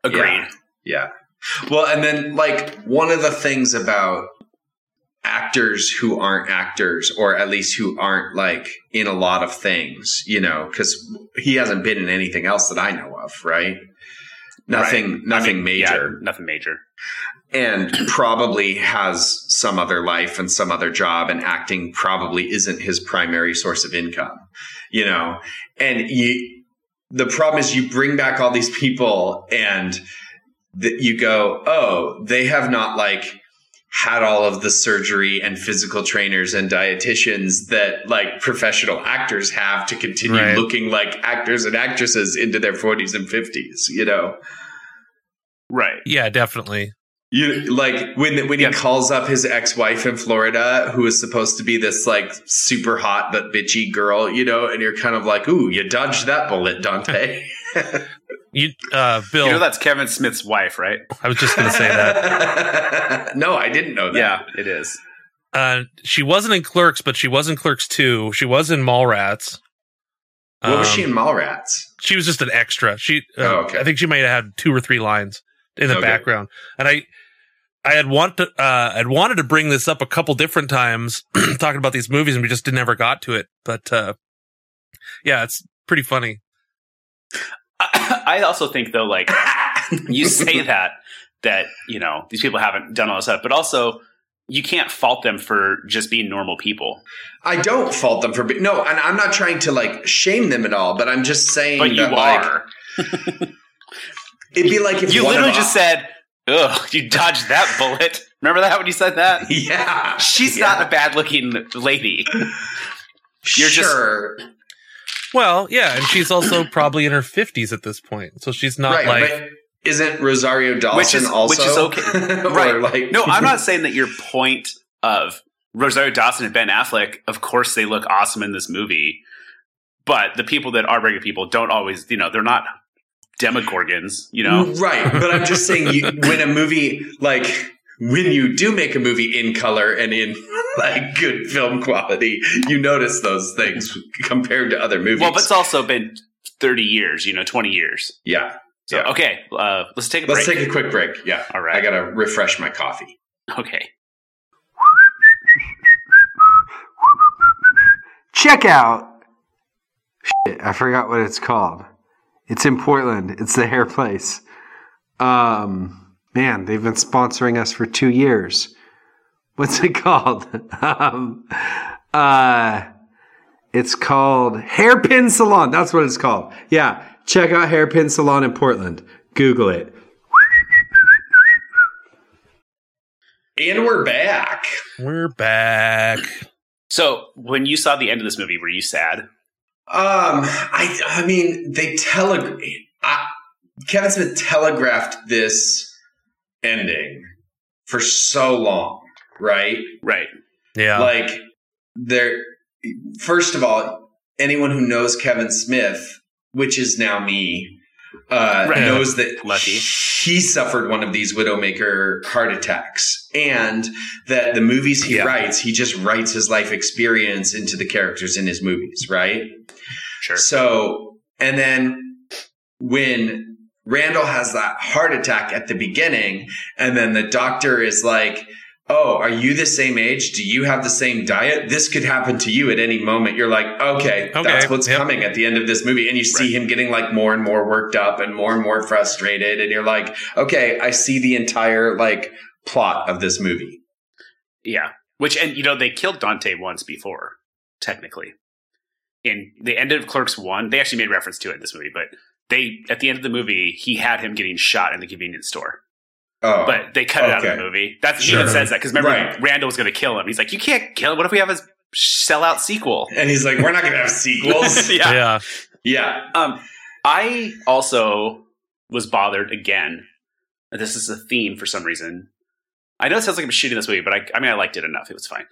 Speaker 2: Agreed.
Speaker 1: Yeah. Yeah. Well, and then like one of the things about actors who aren't actors or at least who aren't like in a lot of things, you know, cuz he hasn't been in anything else that I know of, right? Nothing
Speaker 2: Right.
Speaker 1: nothing
Speaker 2: I mean, yeah,
Speaker 1: major
Speaker 2: nothing major.
Speaker 1: and probably has some other life and some other job and acting probably isn't his primary source of income you know and you the problem is you bring back all these people and that you go oh they have not like had all of the surgery and physical trainers and dietitians that like professional actors have to continue
Speaker 3: Right.
Speaker 1: looking like actors and actresses into their 40s and 50s you know
Speaker 2: Right.
Speaker 3: Yeah, definitely.
Speaker 1: you like when when
Speaker 2: Yeah.
Speaker 1: he calls up his ex wife in Florida, who is supposed to be this like super hot but bitchy girl, you know, and you're kind of like, ooh, you dodged that bullet, Dante.
Speaker 3: You, uh, Bill,
Speaker 2: You know that's Kevin Smith's wife, right?
Speaker 3: I was just going to say that.
Speaker 1: no, I didn't know that.
Speaker 2: Yeah, it is.
Speaker 3: Uh, she wasn't in Clerks, but she was in Clerks 2. She was in Mallrats.
Speaker 1: What was
Speaker 3: Um,
Speaker 1: she in Mallrats?
Speaker 3: she was just an extra. She, uh,
Speaker 1: Oh, okay.
Speaker 3: I think she might have had two or three lines in the
Speaker 1: Okay.
Speaker 3: background. And I, I had want to, uh, I'd wanted to bring this up a couple different times talking about these movies, and we just never got to it. But uh, yeah, it's pretty funny.
Speaker 2: I also think though, like you say that that you know these people haven't done all this stuff, but also you can't fault them for just being normal people.
Speaker 1: I don't fault them for be- no, and I'm not trying to like shame them at all, but I'm just saying
Speaker 2: But you
Speaker 1: that like
Speaker 2: are.
Speaker 1: it'd be like if
Speaker 2: You
Speaker 1: one of
Speaker 2: literally
Speaker 1: us-
Speaker 2: just said, "Ugh, you dodged that bullet." Remember that when you said that?
Speaker 1: yeah,
Speaker 2: She's
Speaker 1: Yeah.
Speaker 2: not a bad-looking lady. You're just-
Speaker 1: sure,
Speaker 3: Well, yeah, and she's also probably in her fifties at this point, so she's not
Speaker 1: right,
Speaker 3: like
Speaker 1: but isn't Rosario Dawson
Speaker 2: Which is-
Speaker 1: also
Speaker 2: which is okay.
Speaker 1: Or,
Speaker 2: Right.
Speaker 1: like,
Speaker 2: No, I'm not saying that your point of Rosario Dawson and Ben Affleck, of course they look awesome in this movie, but the people that are regular people don't always, you know, they're not demogorgons, you know?
Speaker 1: Right, but I'm just saying you, when a movie like when you do make a movie in color and in like good film quality, you notice those things compared to other movies.
Speaker 2: Well, but it's also been 30 years, you know, 20 years.
Speaker 1: yeah,
Speaker 2: So,
Speaker 1: Yeah.
Speaker 2: okay, uh, let's take a
Speaker 1: let's
Speaker 2: break.
Speaker 1: take a quick break. Yeah,
Speaker 2: All
Speaker 1: I
Speaker 2: right.
Speaker 1: gotta refresh my coffee.
Speaker 2: okay.
Speaker 6: check out. Shit, I forgot what it's called. It's in Portland. It's the hair place. Um, man, they've been sponsoring us for two years. What's it called? um, uh, it's called Hairpin Salon. That's what it's called. Yeah, check out Hairpin Salon in Portland. Google it.
Speaker 1: And we're back.
Speaker 3: We're back.
Speaker 2: So when you saw the end of this movie, were you sad?
Speaker 1: Um, I I mean, they tele I, Kevin Smith telegraphed this ending for so long, right?
Speaker 2: Right.
Speaker 3: Yeah.
Speaker 1: Like there first of all, anyone who knows Kevin Smith, which is now me, uh,
Speaker 2: Right.
Speaker 1: knows that
Speaker 2: Lucky.
Speaker 1: he suffered one of these Widowmaker heart attacks, and that the movies he
Speaker 2: Yeah.
Speaker 1: writes, he just writes his life experience into the characters in his movies, right?
Speaker 2: Sure.
Speaker 1: So, and then when Randall has that heart attack at the beginning, and then the doctor is like, Oh, are you the same age? Do you have the same diet? This could happen to you at any moment. You're like, okay,
Speaker 3: Okay,
Speaker 1: that's what's
Speaker 3: yep.
Speaker 1: coming at the end of this movie. And you see him getting like more and more worked up and more and more frustrated. And you're like, okay, I see the entire like plot of this movie.
Speaker 2: Yeah. Which and you know they killed Dante once before, technically. In the end of Clerks One, they actually made reference to it in this movie, but they at the end of the movie he had him getting shot in the convenience store,
Speaker 1: Oh,
Speaker 2: but they cut it out of
Speaker 1: okay.
Speaker 2: the movie. That's he
Speaker 1: Sure.
Speaker 2: even says that because remember
Speaker 1: Right.
Speaker 2: Randall was going to kill him. He's like, you can't kill him. What if we have his sellout sequel?
Speaker 1: and he's like, we're not going to have sequels.
Speaker 2: yeah.
Speaker 3: yeah.
Speaker 1: yeah.
Speaker 2: Um, I also was bothered again. This is a theme for some reason. I know it sounds like I'm shooting this movie, but I, I mean, I liked it enough. It was fine.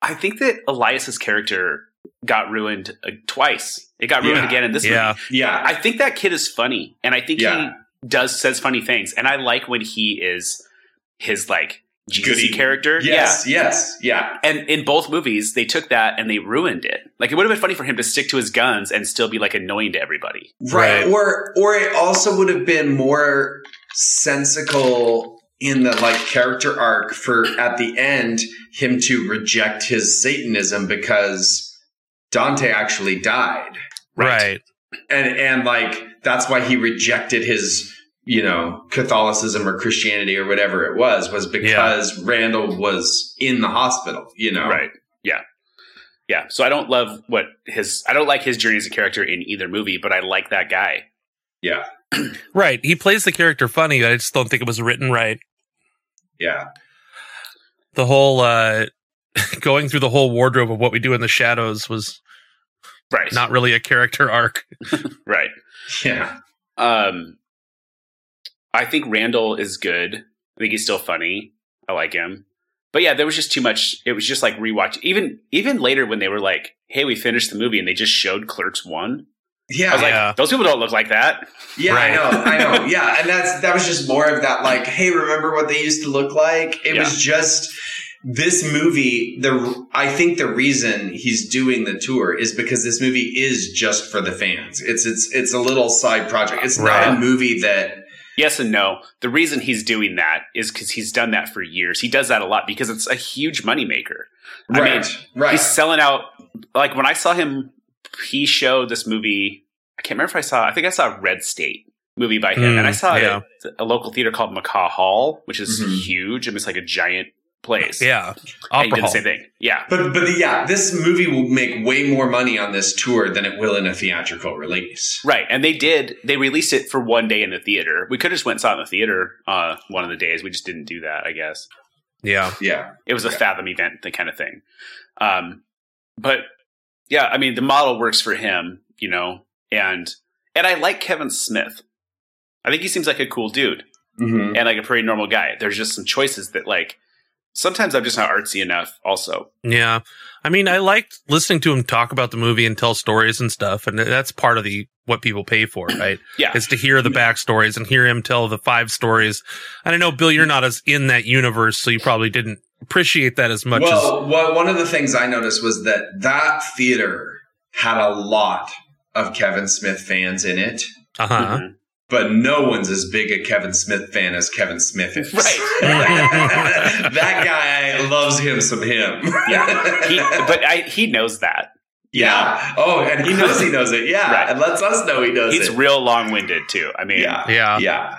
Speaker 2: I think that Elias's character got ruined uh, twice. It got ruined
Speaker 1: Yeah.
Speaker 2: again in this
Speaker 3: Yeah.
Speaker 2: movie.
Speaker 1: Yeah.
Speaker 2: I think that kid is funny, and I think
Speaker 1: Yeah.
Speaker 2: he does says funny things, and I like when he is his like Jesus
Speaker 1: Goody.
Speaker 2: character. Yeah,
Speaker 1: Yes. Yes. Yeah.
Speaker 2: and in both movies, they took that and they ruined it. Like it would have been funny for him to stick to his guns and still be like annoying to everybody.
Speaker 1: right.
Speaker 3: Right.
Speaker 1: or or it also would have been more sensical in the like character arc for at the end him to reject his satanism because dante actually died
Speaker 3: Right.
Speaker 1: and and like that's why he rejected his you know catholicism or christianity or whatever it was was because randall was in the hospital you know
Speaker 2: Right. Yeah. Yeah. So I don't love what his I don't like his journey as a character in either movie, but I like that guy.
Speaker 3: Right. He plays the character funny. I just don't think it was written right.
Speaker 1: yeah
Speaker 3: The whole uh going through the whole wardrobe of what we do in the shadows was
Speaker 2: Right.
Speaker 3: not really a character arc.
Speaker 2: right.
Speaker 1: yeah
Speaker 2: Um I think Randall is good. I think he's still funny. I like him. But yeah, there was just too much. It was just like rewatch. Even even later when they were like, "Hey, we finished the movie," and they just showed Clerks one.
Speaker 1: yeah
Speaker 2: I was
Speaker 3: Yeah.
Speaker 2: like, "Those people don't look like that."
Speaker 1: Yeah,
Speaker 3: Right.
Speaker 1: I know, I know. Yeah, and that's that was just more of that like, hey, remember what they used to look like? It was just this movie. The I think the reason he's doing the tour is because this movie is just for the fans. It's it's it's a little side project. It's not
Speaker 3: Right.
Speaker 1: a movie that
Speaker 2: Yes and no. The reason he's doing that is because he's done that for years. He does that a lot because it's a huge moneymaker. I mean,
Speaker 1: right right
Speaker 2: He's selling out. Like when I saw him, he showed this movie. I can't remember if I saw. I think I saw Red State movie by him,
Speaker 3: Mm,
Speaker 2: and I saw
Speaker 3: yeah.
Speaker 2: it at a local theater called Macaw Hall, which is
Speaker 1: Mhm.
Speaker 2: huge. I mean, it's like a giant place.
Speaker 3: Yeah.
Speaker 2: and he
Speaker 3: Opera
Speaker 2: did the
Speaker 3: hall.
Speaker 2: same thing. Yeah,
Speaker 1: But but yeah, this movie will make way more money on this tour than it will in a theatrical release.
Speaker 2: right. And they did. They released it for one day in the theater. We could have just went and saw it in the theater uh, one of the days. We just didn't do that. I guess.
Speaker 3: Yeah.
Speaker 1: Yeah,
Speaker 2: it was a fathom event the kind of thing um but yeah i mean the model works for him you know and and i like kevin smith i think he seems like a cool dude
Speaker 1: hmm
Speaker 2: and like a pretty normal guy there's just some choices that like sometimes i'm just not artsy enough also
Speaker 3: Yeah. I mean, I liked listening to him talk about the movie and tell stories and stuff, and that's part of the what people pay for, right?
Speaker 2: Yeah.
Speaker 3: Is to hear the backstories and hear him tell the five stories. And I know Bill, you're not as in that universe, so you probably didn't appreciate that as much
Speaker 1: well, wha- one of the things I noticed was that that theater had a lot of Kevin Smith fans in it,
Speaker 3: as uh huh.
Speaker 2: Mhm.
Speaker 1: but no one's as big a Kevin Smith fan as Kevin Smith is.
Speaker 2: Right.
Speaker 1: that guy loves him some him.
Speaker 2: Yeah. he, but I, he knows that
Speaker 1: yeah. Oh, and he knows he knows it. Yeah.
Speaker 2: Right.
Speaker 1: And lets us know he knows
Speaker 2: he's
Speaker 1: it.
Speaker 2: real long-winded too i mean
Speaker 1: yeah.
Speaker 3: Yeah.
Speaker 1: Yeah.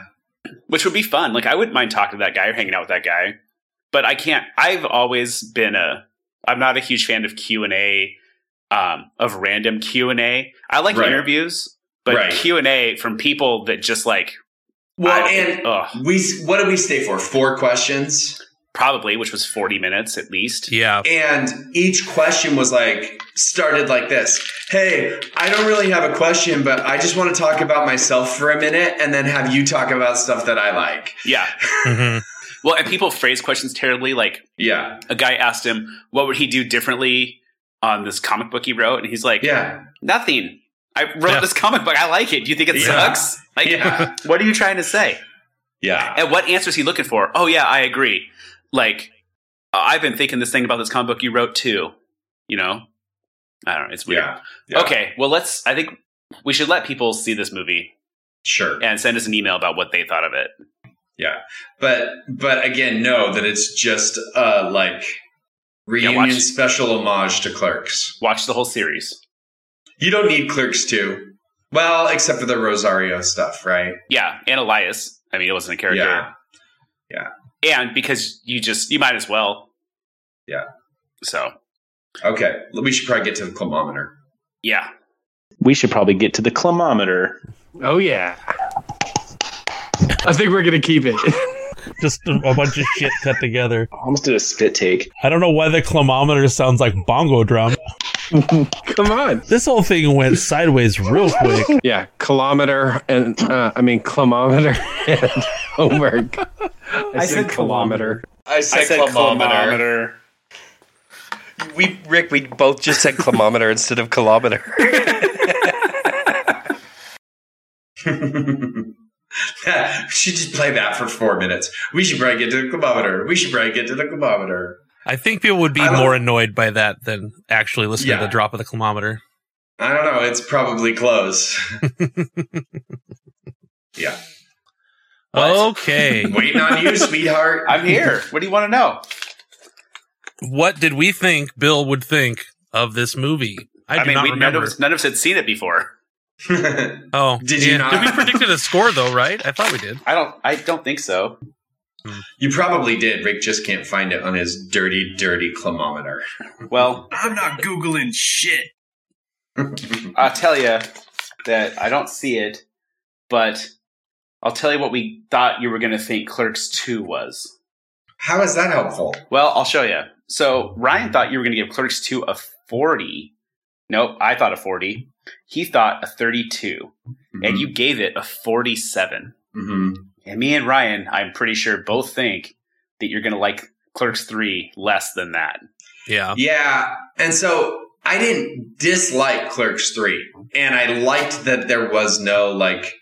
Speaker 2: which would be fun. Like I wouldn't mind talking to that guy or hanging out with that guy, but I can't. I've always been a. I'm not a huge fan of Q and A, um, of random Q and A. I like
Speaker 1: Right.
Speaker 2: interviews, but
Speaker 1: Right.
Speaker 2: Q and A from people that just like.
Speaker 1: Well,
Speaker 2: I-
Speaker 1: and
Speaker 2: ugh,
Speaker 1: we s- what did we stay for? Four questions.
Speaker 2: probably, which was 40 minutes at least.
Speaker 3: Yeah.
Speaker 1: And each question was like started like this. Hey, I don't really have a question, but I just want to talk about myself for a minute and then have you talk about stuff that I like.
Speaker 2: Yeah.
Speaker 3: Mhm.
Speaker 2: Well, and people phrase questions terribly. Like
Speaker 1: Yeah.
Speaker 2: a guy asked him, what would he do differently on this comic book he wrote? And he's like,
Speaker 1: Yeah.
Speaker 2: nothing. I wrote
Speaker 3: Yeah.
Speaker 2: this comic book. I like it. Do you think it
Speaker 1: Yeah.
Speaker 2: sucks? Like,
Speaker 1: Yeah.
Speaker 2: what are you trying to say?
Speaker 1: Yeah.
Speaker 2: And what answer is he looking for? Oh, yeah, I agree. Like, uh, I've been thinking this thing about this comic book you wrote too. You know? I don't know. It's weird.
Speaker 1: Yeah. Yeah.
Speaker 2: Okay. Well, let's, I think we should let people see this movie
Speaker 1: Sure.
Speaker 2: and send us an email about what they thought of it.
Speaker 1: But but again, know that it's just uh like reunion
Speaker 2: watch-
Speaker 1: special homage to clerks.
Speaker 2: Watch the whole series.
Speaker 1: You don't need clerks too. Well, except for the Rosario stuff, right?
Speaker 2: Yeah. And Elias. I mean, it wasn't a character.
Speaker 1: Yeah.
Speaker 2: And because you just, you might as well.
Speaker 1: Yeah.
Speaker 2: So,
Speaker 1: Okay. We should probably get to the climometer.
Speaker 2: yeah.
Speaker 7: We should probably get to the climometer.
Speaker 8: Oh yeah. I think we're gonna keep it.
Speaker 3: Just a a bunch of shit cut together.
Speaker 7: Almost did a spit take.
Speaker 3: I don't know why the climometer sounds like bongo drum.
Speaker 8: Come on.
Speaker 3: This whole thing went sideways real quick.
Speaker 8: Yeah, kilometer and uh, I mean climometer and homework. I,
Speaker 7: said
Speaker 8: kilometer.
Speaker 1: I said,
Speaker 9: We Rick, we both just said kilometer instead of kilometer.
Speaker 1: we should just play that for four minutes. We should probably get to the kilometer. We should probably get to the kilometer.
Speaker 3: I think people would be
Speaker 1: I don't-
Speaker 3: more annoyed by that than actually listening to
Speaker 1: Yeah.
Speaker 3: the drop of the climometer.
Speaker 1: I don't know. It's probably close. yeah.
Speaker 3: Okay.
Speaker 1: Waiting on you, sweetheart.
Speaker 2: I'm here. What do you want to know?
Speaker 3: what did we think Bill would think of this movie? I,
Speaker 2: I,
Speaker 3: do
Speaker 2: mean,
Speaker 3: not
Speaker 2: we, none, of
Speaker 3: remember.
Speaker 2: us, none of us had seen it before.
Speaker 3: oh,
Speaker 1: Did you not?
Speaker 3: Did we predicted a score though? Right? I thought we did.
Speaker 2: I don't. I don't think so.
Speaker 1: you probably did. Rick just can't find it on his dirty, dirty climometer.
Speaker 2: Well,
Speaker 10: I'm not googling shit.
Speaker 2: I'll tell you that I don't see it, but I'll tell you what we thought you were going to think Clerks Two was.
Speaker 1: How is that helpful?
Speaker 2: Well, I'll show you. So Ryan thought you were going to give Clerks Two a forty. Nope, I thought a forty. He thought a thirty-two,
Speaker 1: Mm-hmm.
Speaker 2: and you gave it a forty-seven.
Speaker 1: hmm
Speaker 2: And me and Ryan, I'm pretty sure, both think that you're going to like Clerks Three less than that.
Speaker 3: Yeah.
Speaker 1: Yeah. And so I didn't dislike Clerks 3. And I liked that there was no like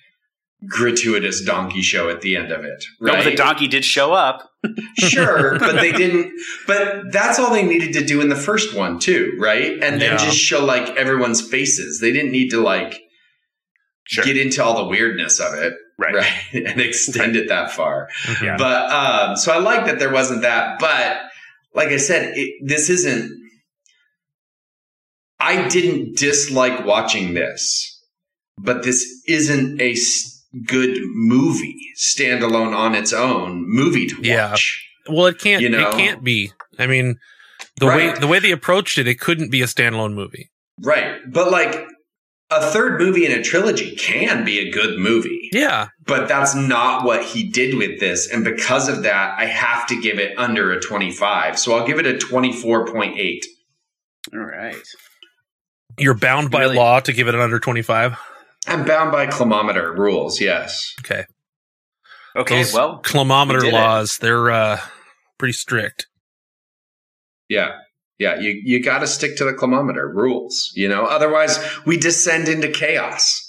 Speaker 1: gratuitous donkey show at the end of it.
Speaker 2: No,
Speaker 1: Right.
Speaker 2: but the donkey did show up.
Speaker 1: sure, but they didn't but that's all they needed to do in the first one too, right? And then
Speaker 3: Yeah.
Speaker 1: just show like everyone's faces. They didn't need to like
Speaker 2: Sure.
Speaker 1: get into all the weirdness of it.
Speaker 2: Right.
Speaker 1: and extend it that far.
Speaker 3: Yeah.
Speaker 1: But um, so I like that there wasn't that. But like I said, it, this isn't. I didn't dislike watching this, but this isn't a s- good movie standalone on its own movie to
Speaker 3: Yeah.
Speaker 1: watch.
Speaker 3: Well, it can't.
Speaker 1: You know.
Speaker 3: It can't be. I mean, the way
Speaker 1: Right.
Speaker 3: the way they approached it, it couldn't be a standalone movie.
Speaker 1: Right. But like a third movie in a trilogy can be a good movie.
Speaker 3: Yeah.
Speaker 1: But that's not what he did with this. And because of that, I have to give it under a 25. So I'll give it a 24.8.
Speaker 2: All right.
Speaker 3: You're bound by
Speaker 2: Really?
Speaker 3: law to give it an under twenty five.
Speaker 1: I'm bound by climometer rules, yes.
Speaker 3: Okay.
Speaker 2: Okay.
Speaker 3: Those
Speaker 2: well,
Speaker 3: Climometer
Speaker 2: We did it.
Speaker 3: laws. They're uh, pretty strict.
Speaker 1: Yeah. Yeah, you, you got to stick to the climometer rules, you know? Otherwise, we descend into chaos.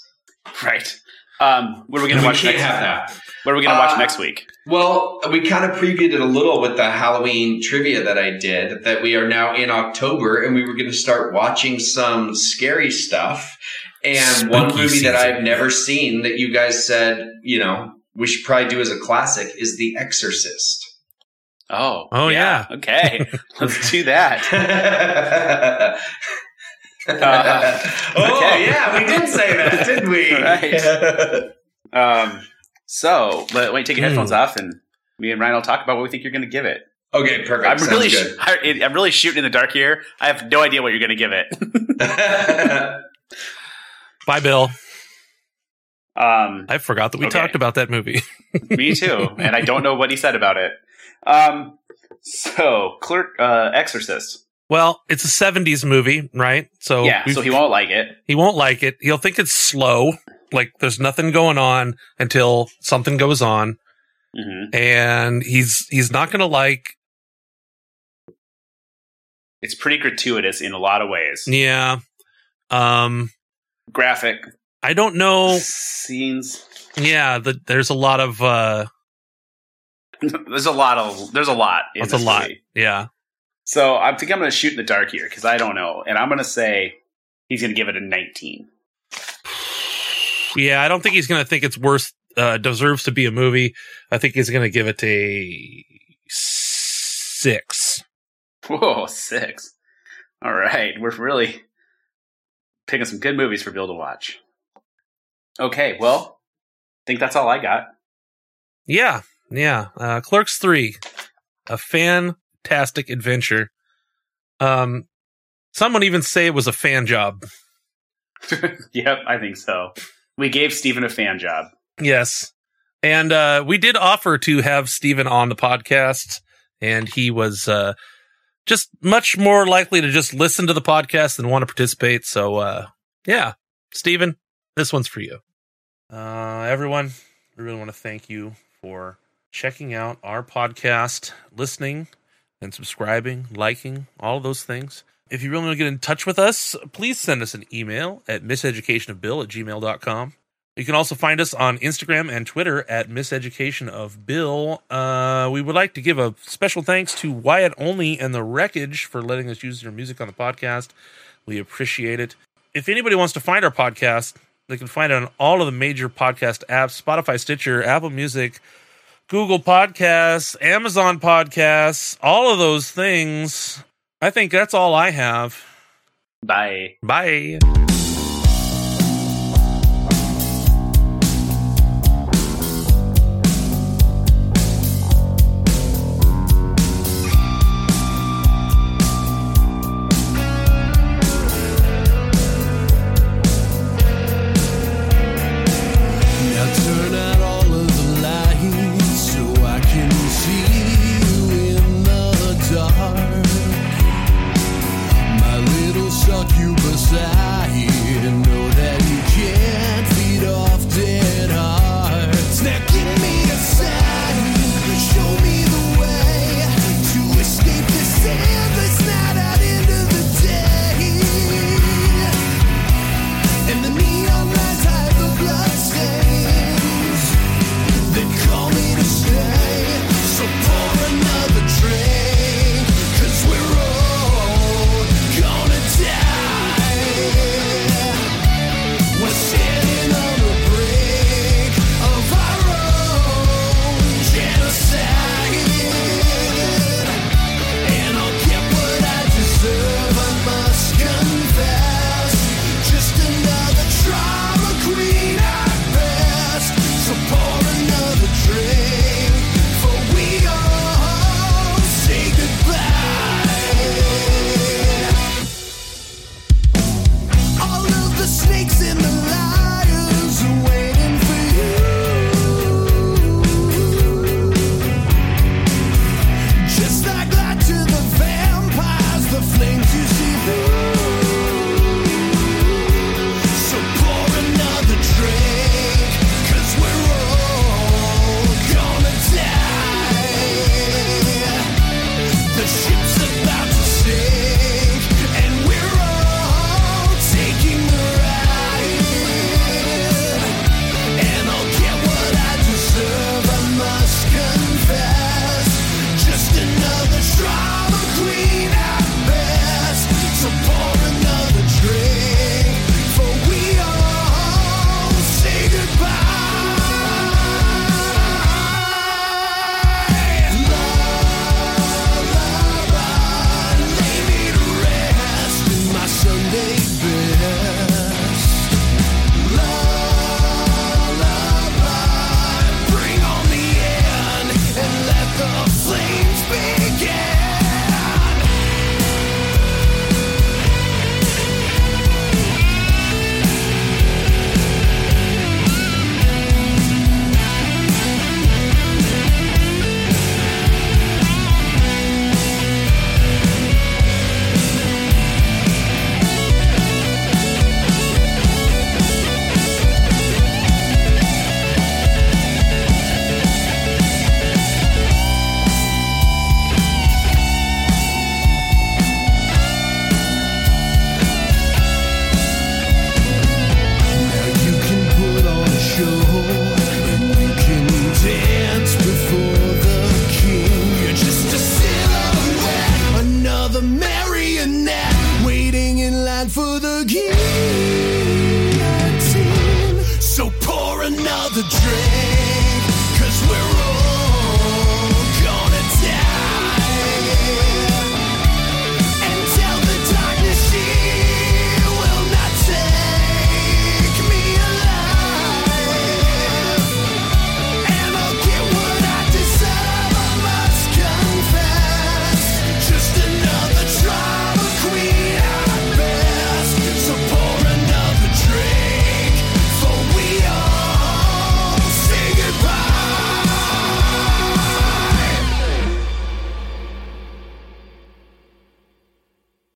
Speaker 2: Right. Um, what are we going to
Speaker 1: We
Speaker 2: watch
Speaker 1: can't
Speaker 2: next?
Speaker 1: have that.
Speaker 2: What are we going to watch
Speaker 1: Uh,
Speaker 2: next week?
Speaker 1: Well, we kind of previewed it a little with the Halloween trivia that I did, that we are now in October and we were going to start watching some scary stuff. And one
Speaker 3: Spooky
Speaker 1: movie that
Speaker 3: season.
Speaker 1: I've never seen that you guys said, you know, we should probably do as a classic is The Exorcist.
Speaker 2: Oh.
Speaker 3: Oh,
Speaker 2: Okay. Let's do that.
Speaker 1: Uh, oh
Speaker 2: okay.
Speaker 1: yeah, we did say that, didn't we?
Speaker 2: Right. Um, so, let, wait, take your
Speaker 3: Hmm.
Speaker 2: headphones off, and me and Ryan will talk about what we think you're going to give it.
Speaker 1: okay, perfect.
Speaker 2: I'm
Speaker 1: Sounds
Speaker 2: really, sh-
Speaker 1: good.
Speaker 2: I, I'm really shooting in the dark here. I have no idea what you're going to give it.
Speaker 3: Bye, Bill.
Speaker 2: Um,
Speaker 3: I forgot that we
Speaker 2: Okay.
Speaker 3: talked about that movie.
Speaker 2: me too, and I don't know what he said about it. Um, So, Clerk uh, Exorcist.
Speaker 3: Well, it's a 70s movie, right? So
Speaker 2: yeah,
Speaker 3: we've-
Speaker 2: so he won't like it.
Speaker 3: he won't like it. He'll think it's slow, like there's nothing going on until something goes on,
Speaker 2: hmm
Speaker 3: and he's he's not going to like
Speaker 2: It's pretty gratuitous in a lot of ways.
Speaker 3: yeah. Um
Speaker 2: Graphic
Speaker 3: I don't know.
Speaker 2: scenes.
Speaker 3: Yeah, the, there's a lot of uh
Speaker 2: There's a lot of there's a lot. in
Speaker 3: that's a
Speaker 2: this
Speaker 3: lot.
Speaker 2: movie.
Speaker 3: Yeah.
Speaker 2: So I think I'm going to shoot in the dark here because I don't know, and I'm going to say he's going to give it a 19.
Speaker 3: Yeah, I don't think he's going to think it's worth uh deserves to be a movie. I think he's going to give it a 6.
Speaker 2: Whoa, six. All right, we're really picking some good movies for Bill to watch. Okay, well, I think that's all I got.
Speaker 3: Yeah, yeah. Uh, Clerks Three, a fantastic adventure. Um, some would even say it was a fan job.
Speaker 2: Yep, I think so. We gave Steven a fan job.
Speaker 3: Yes, and uh, we did offer to have Steven on the podcast, and he was uh, just much more likely to just listen to the podcast than want to participate. So, uh, yeah, Steven, this one's for you. Uh, everyone, we really want to thank you for checking out our podcast, listening, and subscribing, liking, all of those things. If you really want to get in touch with us, please send us an email at miseducationofbill at gmail.com. You can also find us on Instagram and Twitter at miseducationofbill. Uh, we would like to give a special thanks to Wyatt Only and The Wreckage for letting us use their music on the podcast. We appreciate it. If anybody wants to find our podcast, they can find it on all of the major podcast apps Spotify, Stitcher, Apple Music, Google Podcasts, Amazon Podcasts, all of those things. I think that's all I have.
Speaker 2: Bye.
Speaker 3: Bye.